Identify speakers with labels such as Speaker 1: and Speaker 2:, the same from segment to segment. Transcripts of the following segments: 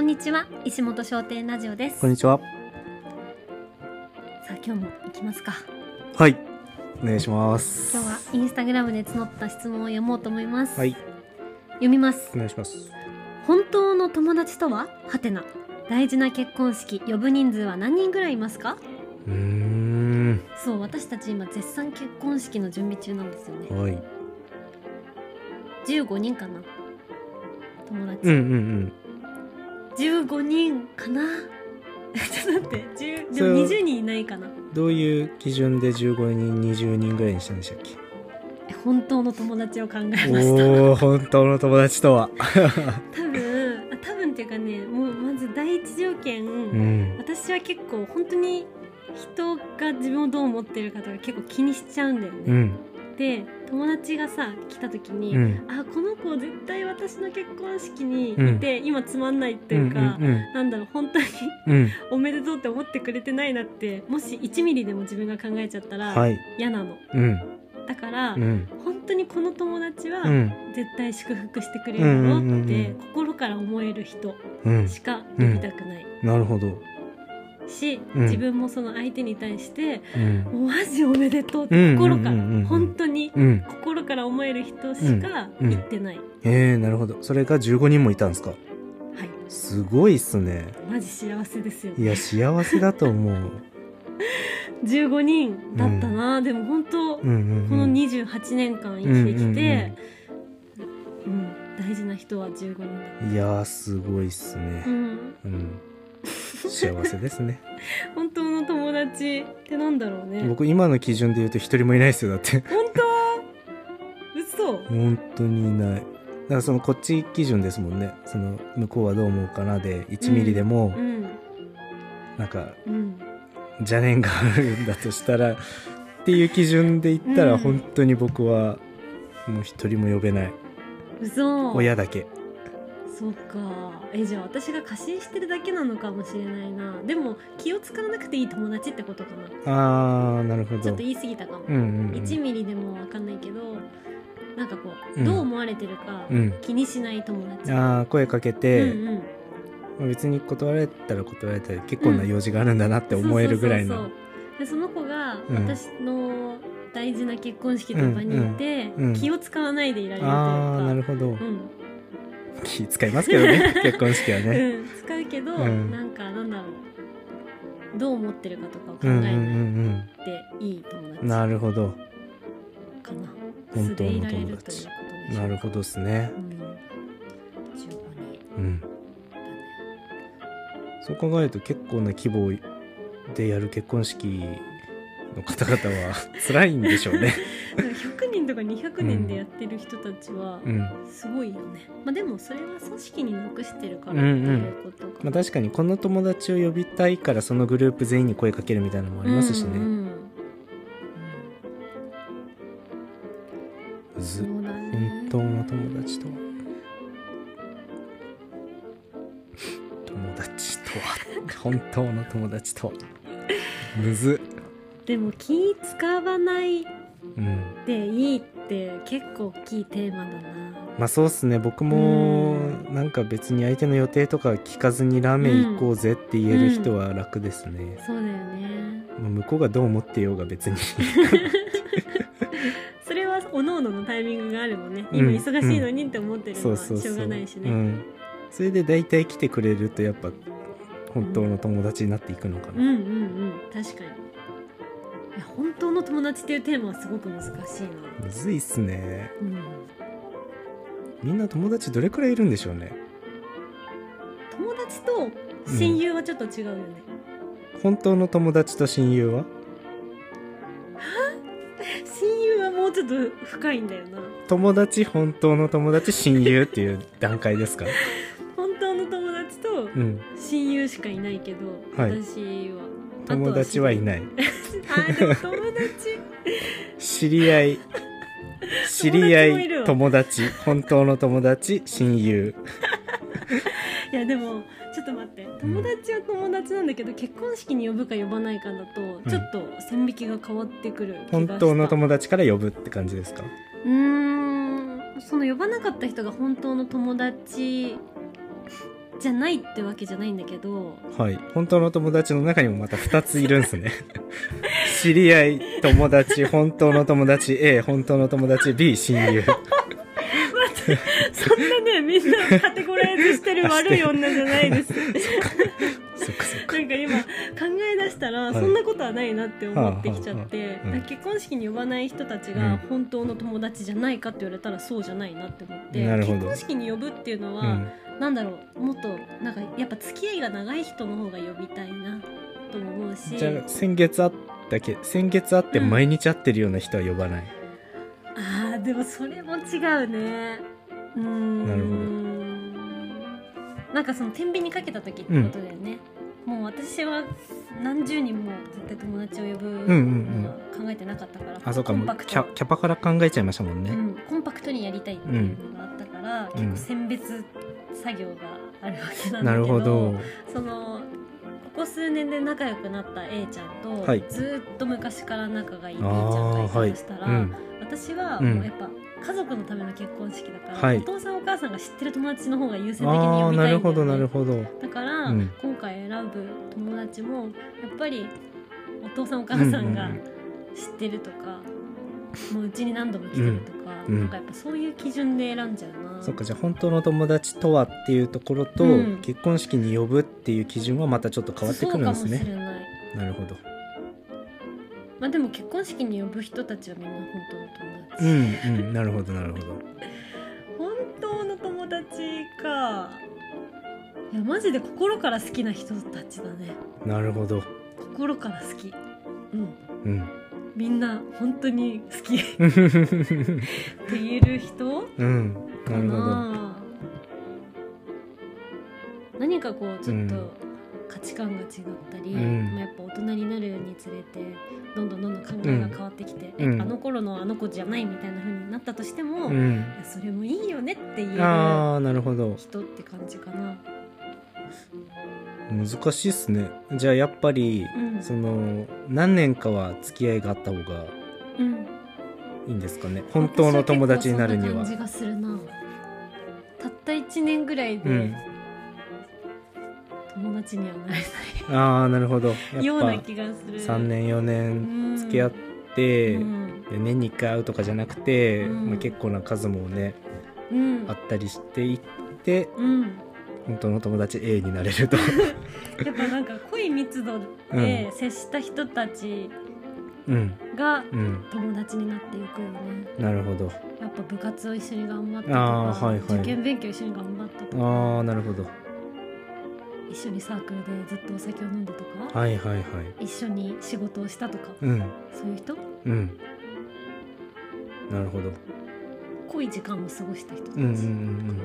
Speaker 1: んにちは石本商店ラジオです
Speaker 2: こんにちは。
Speaker 1: さあ今日も行きますか
Speaker 2: はい。お願いします。
Speaker 1: 今日はインスタグラムで募った質問を読もうと思います、
Speaker 2: はい。
Speaker 1: 読みます
Speaker 2: お願いします。
Speaker 1: 本当の友達とははてな大事な結婚式呼ぶ人数は何人ぐらいいますか
Speaker 2: うーん。
Speaker 1: そう私たち今絶賛結婚式の準備中なんですよね
Speaker 2: はい。
Speaker 1: 15人かな友達、
Speaker 2: うんうん
Speaker 1: 15人かな ちょっと待って10で
Speaker 2: それ
Speaker 1: も
Speaker 2: は
Speaker 1: 20人いないかな
Speaker 2: うん。どういう基準で15人、20人ぐらいにしたんでしたっけ
Speaker 1: え本当の友達を考えました
Speaker 2: おお、本当の友達とは。
Speaker 1: 多分あ多分っていうかねもうまず第一条件、
Speaker 2: うん。
Speaker 1: 私は結構本当に人が自分をどう思ってるかとか結構気にしちゃうんだよ
Speaker 2: う
Speaker 1: ね、
Speaker 2: ん。
Speaker 1: で友達がさ来た時に、
Speaker 2: うん。
Speaker 1: あこの子絶対私の結婚式にいて、今つまんないっていうか、
Speaker 2: うん
Speaker 1: なんだろう本当に
Speaker 2: うんうん。
Speaker 1: おめでとうって思ってくれてないなってもし1ミリでも自分が考えちゃった
Speaker 2: うん。
Speaker 1: ら
Speaker 2: はい。
Speaker 1: 嫌なの、
Speaker 2: うん。
Speaker 1: だから、
Speaker 2: うん。
Speaker 1: 本当にこの友達は
Speaker 2: うん。
Speaker 1: 絶対祝福してくれるだろうっ
Speaker 2: うんうんう
Speaker 1: て
Speaker 2: ん
Speaker 1: 心から思える人
Speaker 2: うん。
Speaker 1: しか呼びたくない
Speaker 2: なるほど。
Speaker 1: し、
Speaker 2: うん
Speaker 1: 自分もその相手に対して
Speaker 2: うん
Speaker 1: 「。マジおめでとう」っ
Speaker 2: うんうんうん
Speaker 1: て
Speaker 2: うん
Speaker 1: 心から本当に
Speaker 2: うん。
Speaker 1: 心から思える人しか
Speaker 2: うんうん
Speaker 1: 言ってない、
Speaker 2: ええー、なるほど。それが15人もいたんですか
Speaker 1: はい
Speaker 2: すごいっすね。
Speaker 1: マジ幸せですよ
Speaker 2: いや、幸せだと思 う。
Speaker 1: 15人だったな、でも本当、
Speaker 2: うんうん、うん。
Speaker 1: この28年間生きてきて、うん大事な人は15人だ、
Speaker 2: いやーすごいっす
Speaker 1: う
Speaker 2: ね。
Speaker 1: ん、
Speaker 2: うん。幸せですね。
Speaker 1: 本当の友達ってなんだろう ね
Speaker 2: 僕今の基準で言うと一人もいないですよだって。
Speaker 1: 本当嘘
Speaker 2: 本当にいない。だからそのこっち基準ですもんね。その向こうはどう思うかなで1ミリでも
Speaker 1: うん
Speaker 2: なんか
Speaker 1: うん
Speaker 2: 邪念があるんだとしたらっていう基準で言った
Speaker 1: う
Speaker 2: ら
Speaker 1: ん
Speaker 2: 本当に僕はもう一人も呼べない。
Speaker 1: 嘘
Speaker 2: 親だけ。
Speaker 1: そうかえじゃあ私が過信してるだけなのかもしれないなでも気を使わなくていい友達ってことかな
Speaker 2: あーなるほ
Speaker 1: ちょ
Speaker 2: ど。
Speaker 1: っと言い過ぎたかも、
Speaker 2: うんうん
Speaker 1: 1ミリでもわかんないけどなんかこう、
Speaker 2: うん
Speaker 1: どう思われてるか、
Speaker 2: うん。うん。
Speaker 1: 気にしない友達
Speaker 2: あー声かけ
Speaker 1: うん
Speaker 2: て、
Speaker 1: うん、
Speaker 2: まあ別に断られたら断られたら結構な用事があるんだなって思えるぐらい
Speaker 1: そう
Speaker 2: の
Speaker 1: そうそうでその子が
Speaker 2: うん
Speaker 1: 私の大事な結婚式の場にいて、
Speaker 2: うんうん
Speaker 1: 気を使わないでいられるという
Speaker 2: ああなる
Speaker 1: か
Speaker 2: ほど、
Speaker 1: うん
Speaker 2: 気使いますけ どね結婚式はね、
Speaker 1: うん、使うけど、
Speaker 2: うん
Speaker 1: なんかなんだろうどう思ってるかとかを考
Speaker 2: う
Speaker 1: え
Speaker 2: ん、う
Speaker 1: なん
Speaker 2: う
Speaker 1: い、
Speaker 2: ん
Speaker 1: っていい友達
Speaker 2: うんなるほど
Speaker 1: かな
Speaker 2: 本
Speaker 1: 素
Speaker 2: 当
Speaker 1: でい
Speaker 2: の
Speaker 1: られる
Speaker 2: 友
Speaker 1: という
Speaker 2: 達
Speaker 1: ことでしょ
Speaker 2: なるほどですね
Speaker 1: うん15人
Speaker 2: うんそう考えると結構な規模でやる結婚式の方々は 辛いんでしょうね
Speaker 1: でも100人とか200人でやってる人たちは
Speaker 2: うん
Speaker 1: すごいよね、まあでもそれは組織に属してるからって
Speaker 2: うんうん
Speaker 1: いうことか
Speaker 2: まあ確かにこの友達を呼びたいからそのグループ全員に声かけるみたいなのもありますし
Speaker 1: うん
Speaker 2: ね、
Speaker 1: うん
Speaker 2: うず
Speaker 1: そうだね
Speaker 2: 本当の友達とは友達とは本当の友達とはむずっ
Speaker 1: でも気使わない
Speaker 2: うん
Speaker 1: でいいって結構大きいテーマだな
Speaker 2: まあそうっすね僕も
Speaker 1: う
Speaker 2: なんか別に相手の予定とか聞かずにラーメン行こうぜって言える人は楽ですね、
Speaker 1: そうだよね
Speaker 2: まあ向こうがどう思ってようが 別に
Speaker 1: それは各々のタイミングがあるもんね
Speaker 2: うん
Speaker 1: 今忙しいのにって思ってるの
Speaker 2: そう
Speaker 1: は
Speaker 2: そう
Speaker 1: し
Speaker 2: そ
Speaker 1: ょ
Speaker 2: う
Speaker 1: うがないしね、
Speaker 2: うん、それで大体来てくれるとやっぱ本当の友達になっていくのか
Speaker 1: うん
Speaker 2: な、
Speaker 1: うんうん確かにいや本当の友達っていうテーマはすごく難しいな
Speaker 2: むずいっすね
Speaker 1: うん
Speaker 2: みんな友達どれくらいいるんでしょうね
Speaker 1: 友達と親友はちょっと違うよね、
Speaker 2: 本当の友達と親友は
Speaker 1: 親友はもうちょっと深いんだよな
Speaker 2: 友達本当の友達親友っていう段階ですか
Speaker 1: 本当の友達と
Speaker 2: うん
Speaker 1: 親友しかいないけど、
Speaker 2: はい
Speaker 1: 私は
Speaker 2: 友達はい
Speaker 1: い
Speaker 2: ない
Speaker 1: あでも友達
Speaker 2: 知り合 い知り
Speaker 1: 友達も
Speaker 2: 合
Speaker 1: いるわ
Speaker 2: い友達本当の友達親友
Speaker 1: いやでもちょっと待って友達は友達なんだけど、結婚式に呼ぶか呼ばないかだとちょっと線引きが変わってくる気がした、
Speaker 2: 本当の友達から呼ぶって感じですか
Speaker 1: うーんその呼ばなかった人が本当の友達じゃないってわけじゃないんだけ ど
Speaker 2: はい。本当の友達の中にもまた2ついるんですね。 知り合い、友達、本当の友達 A、本当の友達 B、親友。
Speaker 1: そんなねみんなカテゴライズしてる悪い女じゃないです
Speaker 2: そっかそっか。
Speaker 1: なんか今考え出したら
Speaker 2: はい
Speaker 1: そんなことはないなって思ってきちゃって
Speaker 2: はあはあはあうん
Speaker 1: 結婚式に呼ばない人たち
Speaker 2: うん
Speaker 1: が本当の友達じゃないかって言われたらそうじゃないなって思って
Speaker 2: なる
Speaker 1: 結
Speaker 2: ほど
Speaker 1: 婚式に呼ぶっていうの
Speaker 2: う
Speaker 1: は
Speaker 2: ん。
Speaker 1: なんだろうもっとなんかやっぱ付き合いが長い人の方が呼びたいなとも思うし
Speaker 2: じゃあ、先月会ったけ、先月会って毎日会ってるような人は呼ばない。
Speaker 1: あーでもそれも違うねうーん
Speaker 2: なるほ
Speaker 1: なんかその天秤にかけた時ってことだよね、もう私は何十人も絶対友達を呼ぶのは考えてなかったから、
Speaker 2: あ、そうか、
Speaker 1: コ
Speaker 2: も
Speaker 1: ンパ
Speaker 2: う
Speaker 1: ク
Speaker 2: キ
Speaker 1: ト
Speaker 2: ャキャパから考えちゃいましたもん
Speaker 1: う
Speaker 2: ね。
Speaker 1: ん、コンパクトにやりたいっていうのがあったから、
Speaker 2: うん
Speaker 1: 結構選別作業があるわけなんだけど
Speaker 2: なるほど。
Speaker 1: そのここ数年で仲良くなった A ちゃんと、
Speaker 2: はい
Speaker 1: ずーっと昔から仲がいい B ち
Speaker 2: あ
Speaker 1: ゃんが
Speaker 2: あ
Speaker 1: い
Speaker 2: ー、は
Speaker 1: た
Speaker 2: い。
Speaker 1: としたら、
Speaker 2: うん。
Speaker 1: 私は
Speaker 2: うん
Speaker 1: もうやっぱ家族のための結婚式だから、
Speaker 2: はい
Speaker 1: お父さんお母さんが知ってる友達の方が優先的に
Speaker 2: あ
Speaker 1: 呼
Speaker 2: あ、
Speaker 1: びた
Speaker 2: ないる
Speaker 1: んだ
Speaker 2: ほど、な
Speaker 1: よ
Speaker 2: る
Speaker 1: ね
Speaker 2: ほど。
Speaker 1: だから、
Speaker 2: うん
Speaker 1: 今回選ぶ友達もやっぱりお父さんお母さんが
Speaker 2: うんうん
Speaker 1: 知ってるとか、もううちに何度も来てるとか、
Speaker 2: うん
Speaker 1: なんかやっぱそういう基準で選んじゃうな
Speaker 2: そっかじゃあ本当の友達とはっていうところと、
Speaker 1: うん
Speaker 2: 結婚式に呼ぶっていう基準はまたちょっと変わってくるんです
Speaker 1: そうかもし
Speaker 2: ね
Speaker 1: れない
Speaker 2: なるほど
Speaker 1: まあでも結婚式に呼ぶ人たちはみんな本当の友
Speaker 2: う
Speaker 1: 達、
Speaker 2: んうんなるほどなるほど
Speaker 1: 本当の友達かいやマジで心から好きな人たちだね
Speaker 2: なるほど
Speaker 1: 心から好きうん
Speaker 2: うん
Speaker 1: みんな本当に好 きって
Speaker 2: う
Speaker 1: 言える人
Speaker 2: ん
Speaker 1: か
Speaker 2: なるほど
Speaker 1: な何かこうちょっ
Speaker 2: うん
Speaker 1: と価値観が違ったり、
Speaker 2: うん
Speaker 1: まあ、やっぱ大人になるにつれてどんどんどんどん考えが変わってきて、
Speaker 2: うん
Speaker 1: えあの頃のあの子じゃないみたいな風になったとしても、
Speaker 2: う
Speaker 1: い
Speaker 2: ん
Speaker 1: やそれもいいよねっていう
Speaker 2: ああなるほど
Speaker 1: 人って感じかな。
Speaker 2: 難しいっすねじゃあやっぱり、
Speaker 1: うん
Speaker 2: その何年かは付き合いがあった方が
Speaker 1: うん
Speaker 2: いいんですかね本当の友達になるには
Speaker 1: 私は結構そんな感じがするなたった1年ぐらい
Speaker 2: うん
Speaker 1: で友達にはなれな
Speaker 2: ああなるほどやっぱ
Speaker 1: いような気がする
Speaker 2: 3年4年
Speaker 1: 年
Speaker 2: 付き合って、で年に1回会うとかじゃなくて、
Speaker 1: うん
Speaker 2: まあ、結構な数もね
Speaker 1: うん
Speaker 2: あったりしていって
Speaker 1: うん、
Speaker 2: 本当の友達 A になれると
Speaker 1: やっぱなんか濃い密度で接した人たち
Speaker 2: うん
Speaker 1: が
Speaker 2: うん
Speaker 1: 友達になっていくよね
Speaker 2: なるほど
Speaker 1: やっぱ部活を一緒に頑張ったと
Speaker 2: あー
Speaker 1: か、
Speaker 2: はいはい
Speaker 1: 受験勉強一緒に頑張ったと
Speaker 2: あ
Speaker 1: か
Speaker 2: あなるほど
Speaker 1: 一緒にサークルでずっとお酒を飲んだとか、
Speaker 2: はいはいはい
Speaker 1: 一緒に仕事をしたとか、
Speaker 2: うん
Speaker 1: そういう人
Speaker 2: うんなるほど
Speaker 1: 濃い時間を過ごした人たち、
Speaker 2: うんうんうんうん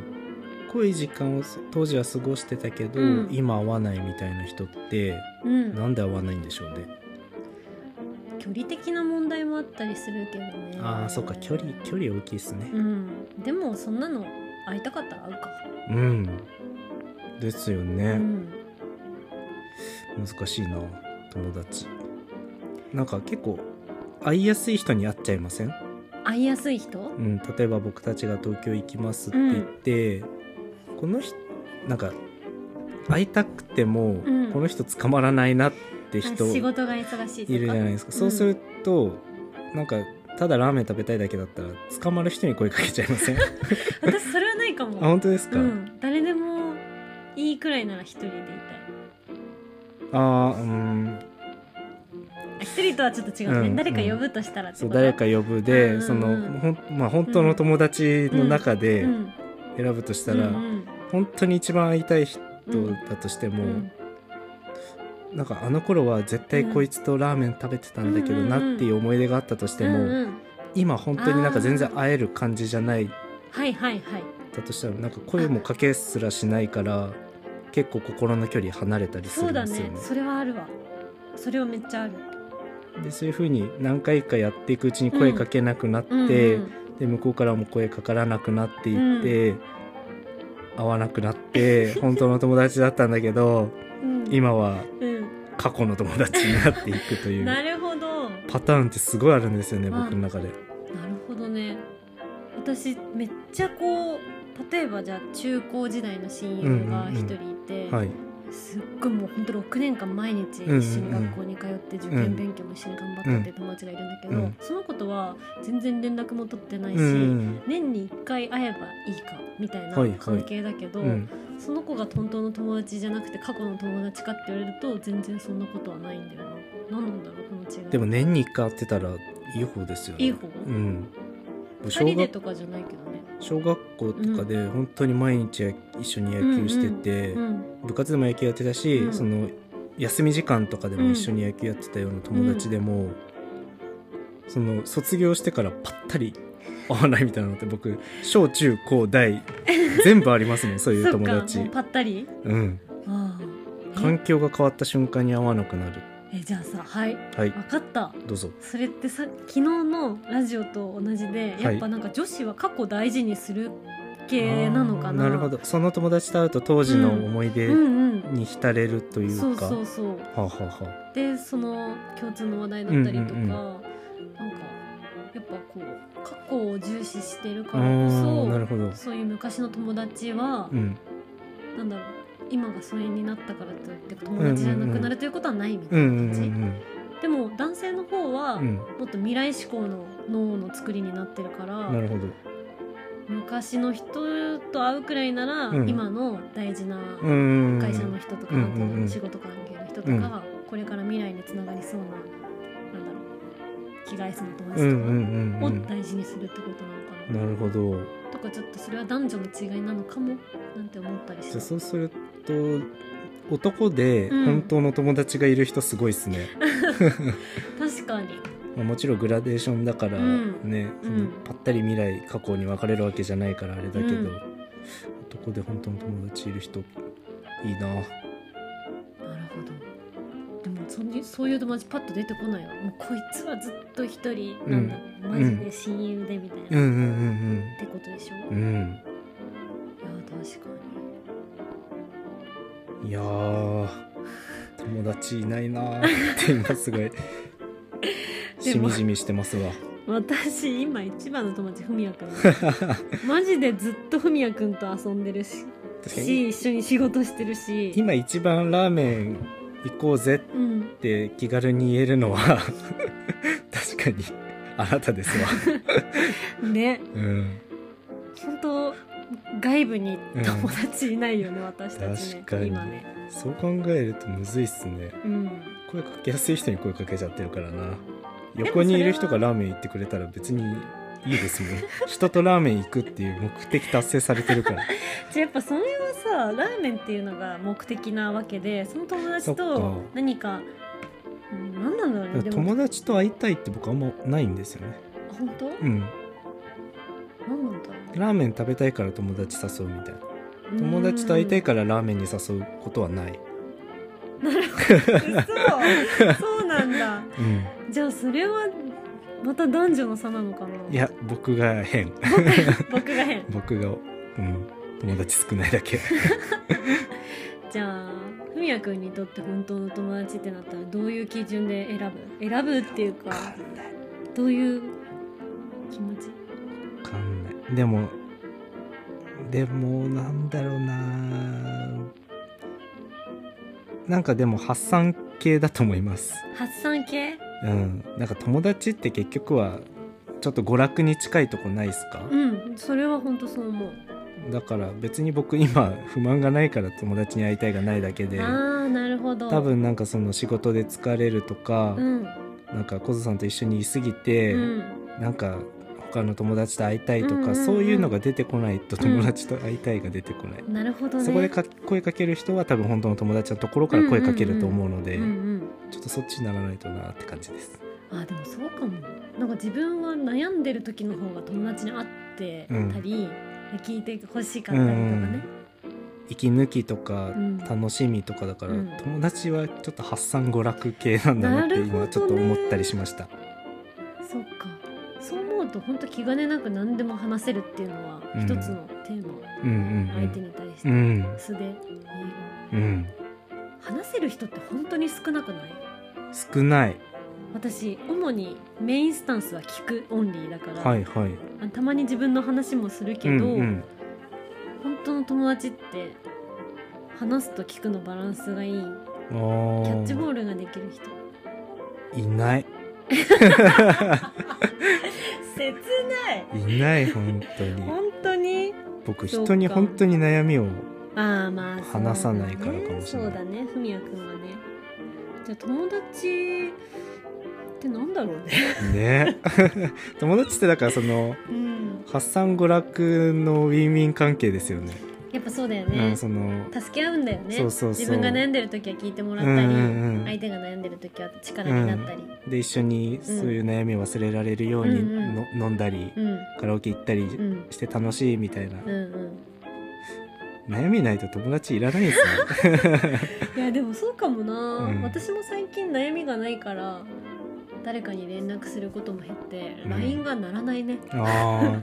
Speaker 2: 濃い時間を当時は過ごしてたけど、
Speaker 1: うん
Speaker 2: 今会わないみたいな人って
Speaker 1: うん
Speaker 2: なんで会わないんでしょうね、
Speaker 1: 距離的な問題もあったりするけどね
Speaker 2: ああそっか距離距離大きいですね
Speaker 1: うんでもそんなの会いたかったら会うか、
Speaker 2: うん、ですよね、
Speaker 1: うん
Speaker 2: 難しいな友達なんか結構会いやすい人に会っちゃいません、
Speaker 1: 会いやすい人、
Speaker 2: うん、例えば僕たちが東京行きますって言って、この人なんか会いたくても、
Speaker 1: うん
Speaker 2: この人捕まらないなって人
Speaker 1: あ仕
Speaker 2: い
Speaker 1: 事が忙しいとか
Speaker 2: るじゃないですか
Speaker 1: うん
Speaker 2: そうすると、なんかただラーメン食べたいだけだったら捕まる人に声かけちゃい ませんあ
Speaker 1: 私それはないかも
Speaker 2: 本当ですか、
Speaker 1: うん、誰でもいいくらいなら一人でいたい
Speaker 2: ああうん
Speaker 1: あ一人とはちょっと違うね、
Speaker 2: うん
Speaker 1: 誰か呼ぶとしたらって
Speaker 2: そ
Speaker 1: こ
Speaker 2: う
Speaker 1: と
Speaker 2: 誰か呼ぶ
Speaker 1: う
Speaker 2: で、
Speaker 1: んうんうん
Speaker 2: そのほん、まあ、本当の友達の中で
Speaker 1: うん
Speaker 2: 選ぶとしたら、
Speaker 1: うんうん
Speaker 2: 本当に一番会いたい人
Speaker 1: うん
Speaker 2: だとして
Speaker 1: う
Speaker 2: も、
Speaker 1: ん
Speaker 2: なんかあの頃は絶対こいつとラーメン食べてたんだけどなっていう思い出があったとしても、
Speaker 1: うんうん
Speaker 2: 今本当になんか全然会える感じじゃない
Speaker 1: はいはいはい
Speaker 2: だとしたらなんか声もかけすらしないから結構心の距離離れたりす
Speaker 1: そ
Speaker 2: る
Speaker 1: うん
Speaker 2: で
Speaker 1: だ
Speaker 2: すよ
Speaker 1: ね
Speaker 2: ね。
Speaker 1: それはあるわそれはめっちゃある
Speaker 2: でそういう風に何回かやっていくうちに声かけなくなって、
Speaker 1: うん
Speaker 2: で向こうからも声かからなくなっていって、会わなくなって本当の友達だったんだけど
Speaker 1: うんうん
Speaker 2: 今は
Speaker 1: うん
Speaker 2: 過去の友達になっていくとい う。
Speaker 1: なるほどなる
Speaker 2: パターンってすごいあるんですよね
Speaker 1: まあ
Speaker 2: 僕の中で
Speaker 1: ほどね私めっちゃこう例えばじゃあ中高時代の親友が一人いて、
Speaker 2: はい。
Speaker 1: すっごいもう本当6年間毎日一緒に学校に通って受験勉強も一緒に頑張ったっていう友達がいるんだけど、
Speaker 2: うん
Speaker 1: その子とは全然連絡も取ってないし、
Speaker 2: うん。
Speaker 1: 年に1回会えばいいかみたいな
Speaker 2: はいはい
Speaker 1: 関係だけど、
Speaker 2: うん。
Speaker 1: その子が本当の友達じゃなくて過去の友達かって言われると全然そんなことはないんだよな何なんだろうこの違い
Speaker 2: でも年に一回会ってたらいい方ですよね。
Speaker 1: いい方、
Speaker 2: うん。
Speaker 1: 二
Speaker 2: 小
Speaker 1: 人で
Speaker 2: 学
Speaker 1: とかじゃないけどね
Speaker 2: 小学校とかで本当に毎日一緒に野球してて、
Speaker 1: うん
Speaker 2: 部活でも野球やってたし、
Speaker 1: うん
Speaker 2: その休み時間とかでも一緒に野球やってたような友達でも、その卒業してからぱったり会わないみたいなのって僕小中 高大全部ありますもんそういう
Speaker 1: そっ
Speaker 2: 友
Speaker 1: か
Speaker 2: 達
Speaker 1: もうパッタリ
Speaker 2: うん
Speaker 1: ああ
Speaker 2: 環境が変わった瞬間に会わなくなる
Speaker 1: ええじゃあさはい
Speaker 2: はい
Speaker 1: 分かった
Speaker 2: どうぞ
Speaker 1: それってさ昨日のラジオと同じで
Speaker 2: は
Speaker 1: や
Speaker 2: い
Speaker 1: っぱなんか女子は過去大事にする系なのかな、
Speaker 2: あーるほどその友達と会うと当時の思いう出
Speaker 1: ん
Speaker 2: に浸れると
Speaker 1: う
Speaker 2: い
Speaker 1: ん
Speaker 2: う
Speaker 1: そう
Speaker 2: か、
Speaker 1: そうそう
Speaker 2: はあはあはあ
Speaker 1: でその共通の話題だったりとか、
Speaker 2: うんうんうん
Speaker 1: なんかやっぱこう過去を重視してる
Speaker 2: あ
Speaker 1: からこ
Speaker 2: ーなる
Speaker 1: そ
Speaker 2: ほど
Speaker 1: そういう昔の友達は
Speaker 2: う、ん
Speaker 1: なんだろう今が疎遠になったからといって友達じゃなくなるということはないみた
Speaker 2: う
Speaker 1: い
Speaker 2: ん
Speaker 1: な感
Speaker 2: うん
Speaker 1: じ、
Speaker 2: うん
Speaker 1: でも男性の方は、
Speaker 2: うん
Speaker 1: もっと未来志向の脳の作りになってるから
Speaker 2: うんなるほど
Speaker 1: 昔の人と会うくらいなら、
Speaker 2: うん
Speaker 1: 今の大事な
Speaker 2: うん
Speaker 1: 会社の人とか、
Speaker 2: うん
Speaker 1: なんていうの
Speaker 2: うんうん
Speaker 1: 仕事関係の人とか、これから未来につながりそうななんだろう被害者の友
Speaker 2: うんうん
Speaker 1: 達
Speaker 2: うんう
Speaker 1: とかを
Speaker 2: ん
Speaker 1: 大事にするってことなのかな、
Speaker 2: なるほど
Speaker 1: とかちょっとそれは男女の違いなのかもなんて思ったりし
Speaker 2: じゃあ
Speaker 1: た
Speaker 2: そうすると男で
Speaker 1: うん
Speaker 2: 本当の友達がいる人すごいっすね、
Speaker 1: 確かに
Speaker 2: まあもちろんグラデーションだから
Speaker 1: うん
Speaker 2: ね、
Speaker 1: う
Speaker 2: そ
Speaker 1: ん
Speaker 2: のぱったり未来過去に分かれるわけじゃないからあれだけど、
Speaker 1: うん
Speaker 2: 男で本当の友達いる人いいな
Speaker 1: なるほどでもそんにそういう友達パッと出てこないわもうこいつはずっと一人なんだ、マジで親友でみたいな、
Speaker 2: うん
Speaker 1: っ
Speaker 2: うんうん
Speaker 1: てことでしょ、い
Speaker 2: うん
Speaker 1: や確かに。
Speaker 2: うんいやー友達いないなーって今 すごいしみじみしてますわ
Speaker 1: 私今一番の友達ふみや くんマジでずっとふみやくんと遊んでるし
Speaker 2: 確かに
Speaker 1: し一緒に仕事してるし
Speaker 2: 今一番ラーメン行こうぜっ
Speaker 1: うん
Speaker 2: って気軽に言えるのは 確かにあなたですわ、
Speaker 1: ね
Speaker 2: うん、
Speaker 1: 本当外部に友達いないよね、私たちね
Speaker 2: 確かに
Speaker 1: 今ね
Speaker 2: そう考えるとむずいっすね
Speaker 1: うん
Speaker 2: 声かけやすい人に声かけちゃってるからな横にいる人がラーメン行ってくれたら別にいいですもん人とラーメン行くっていう目的達成されてるから
Speaker 1: じゃあやっぱそれはさラーメンっていうのが目的なわけでその友達
Speaker 2: そっ
Speaker 1: と
Speaker 2: か
Speaker 1: 何かうん何なんだろうねでも
Speaker 2: 友達と会いたいって僕あんまないんですよね
Speaker 1: 本当、
Speaker 2: うん
Speaker 1: 何なんだろうね
Speaker 2: ラーメン食べたいから友達誘うみたいな友達と会いたいからラーメンに誘うことはない
Speaker 1: そうそうなんだ
Speaker 2: うん
Speaker 1: じゃあそれはまた男女の差なのかない
Speaker 2: いや僕が変
Speaker 1: 僕が変
Speaker 2: 僕がうん友達少ないだけ
Speaker 1: じゃあふみやくんにとって本当の友達ってなったらどういう基準で選ぶ選ぶっていうかどういう気持ち
Speaker 2: わかんないでもでもなんだろうななんかでも発散系だと思います
Speaker 1: 発散系
Speaker 2: うんなんか友達って結局はちょっと娯楽に近いとこないっすか、
Speaker 1: うんそれは本当そう思う、
Speaker 2: だから別に僕今不満がないから友達に会いたいがないだけで
Speaker 1: ああなるほど
Speaker 2: 多分なんかその仕事で疲れるとか
Speaker 1: う、ん
Speaker 2: なんかコズさんと一緒にいすぎて、
Speaker 1: うん
Speaker 2: なんか他の友達と会いたいとか、
Speaker 1: うんうんうん
Speaker 2: そういうのが出てこないと友達と会いたいが出てこない、
Speaker 1: なるほどね
Speaker 2: そこでか声かける人は多分本当の友達のところから声かけると思うので、
Speaker 1: うんうん
Speaker 2: ちょっとそっちにならないとなって感じです。
Speaker 1: あーでもそうかもなんか自分は悩んでる時の方が友達に会ってたり、聞いてほしかったりとかね、
Speaker 2: 息抜きとか
Speaker 1: うん
Speaker 2: 楽しみとかだから、
Speaker 1: うん
Speaker 2: 友達はちょっと発散娯楽系なんだなって
Speaker 1: なるほどね
Speaker 2: 今ちょっと思ったりしました。
Speaker 1: そっかそう思うと本当気兼ねなく何でも話せるっていうのは
Speaker 2: うん
Speaker 1: 一つのテーマ、
Speaker 2: うん
Speaker 1: 相手に対し
Speaker 2: うんう
Speaker 1: て
Speaker 2: ん
Speaker 1: 素で言える
Speaker 2: うんうん
Speaker 1: 話せる人って本当に少なくない
Speaker 2: 少ない
Speaker 1: 私主にメインスタンスは聞くオンリーだから、
Speaker 2: はいはい
Speaker 1: あたまに自分の話もするけど、
Speaker 2: うんうん
Speaker 1: 当の友達って話すと聞くのバランスがいい
Speaker 2: キ
Speaker 1: キャ
Speaker 2: ャ
Speaker 1: ッチボールができる人
Speaker 2: いない
Speaker 1: 切ない
Speaker 2: いない本当に
Speaker 1: 本当に
Speaker 2: 僕
Speaker 1: そうか
Speaker 2: 人に本当に悩みを
Speaker 1: ああまあそうだね
Speaker 2: 話さないからかもしれない
Speaker 1: そうだねふみやくんはねじゃあ友達ってなんだろうね
Speaker 2: ね 友達ってだからその
Speaker 1: うん
Speaker 2: 発散娯楽のウィンウィン関係ですよね
Speaker 1: やっぱそうだよ
Speaker 2: う
Speaker 1: ね
Speaker 2: んその
Speaker 1: 助け合うんだよね
Speaker 2: そうそうそう
Speaker 1: 自分が悩んでる時は聞いてもらったり、
Speaker 2: うんうんうん
Speaker 1: 相手が悩んでる時は力になったり
Speaker 2: で一緒にそういう悩みを忘れられるように
Speaker 1: うんうん
Speaker 2: の、飲んだり
Speaker 1: うん
Speaker 2: カラオケ行った
Speaker 1: う
Speaker 2: り
Speaker 1: ん
Speaker 2: して楽しいみたいな、
Speaker 1: うんうん
Speaker 2: 悩みないと友達いらないです ね
Speaker 1: いやでもそうかもな、
Speaker 2: うん
Speaker 1: 私も最近悩みがないから誰かに連絡することも減って、
Speaker 2: うん
Speaker 1: LINE が鳴らないね
Speaker 2: あ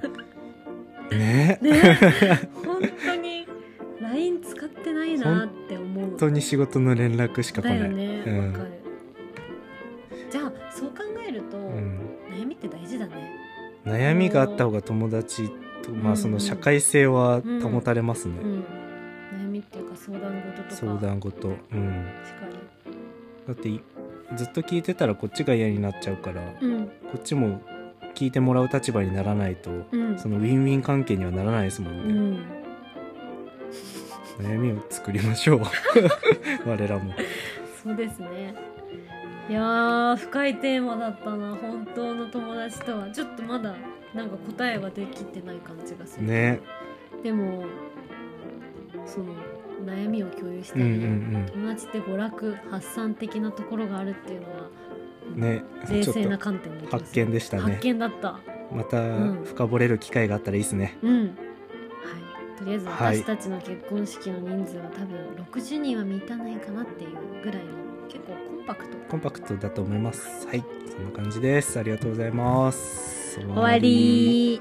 Speaker 2: あね
Speaker 1: ね 本当に LINE 使ってないなって思う
Speaker 2: 本当に仕事の連絡しか来
Speaker 1: だ
Speaker 2: ない
Speaker 1: よね
Speaker 2: う
Speaker 1: わ、
Speaker 2: ん
Speaker 1: かるじゃあそう考えると、
Speaker 2: うん
Speaker 1: 悩みって大事だね
Speaker 2: 悩みがあった方が友達と、まあその社会性は保たれますね、
Speaker 1: うん悩みっていうか相談事とか
Speaker 2: 相談事うん
Speaker 1: しかり
Speaker 2: だっていずっと聞いてたらこっちが嫌になっちゃうから、
Speaker 1: うん
Speaker 2: こっちも聞いてもらう立場にならないと、
Speaker 1: うん
Speaker 2: そのウィンウィン関係にはならないですも
Speaker 1: うん
Speaker 2: ね、
Speaker 1: ん
Speaker 2: 悩みを作りましょう 我らも
Speaker 1: そうですねいやー深いテーマだったな本当の友達とはちょっとまだなんか答えができてない感じがする
Speaker 2: ね
Speaker 1: でもその悩みを共有した
Speaker 2: うん
Speaker 1: り、
Speaker 2: うんうん
Speaker 1: 友達って娯楽発散的なところがあるっていうのは
Speaker 2: ね
Speaker 1: 冷
Speaker 2: ちょっ
Speaker 1: 静な
Speaker 2: と
Speaker 1: 観点で
Speaker 2: 発見でしたね
Speaker 1: 発見だった
Speaker 2: また
Speaker 1: うん
Speaker 2: 深掘れる機会があったらいいですね、
Speaker 1: うんはいとりあえず
Speaker 2: はい
Speaker 1: 私たちの結婚式の人数は多分60人は満たないかなっていうぐらいの結構コンパクト
Speaker 2: コンパクトだと思いますはいそんな感じですありがとうございます
Speaker 1: 終わり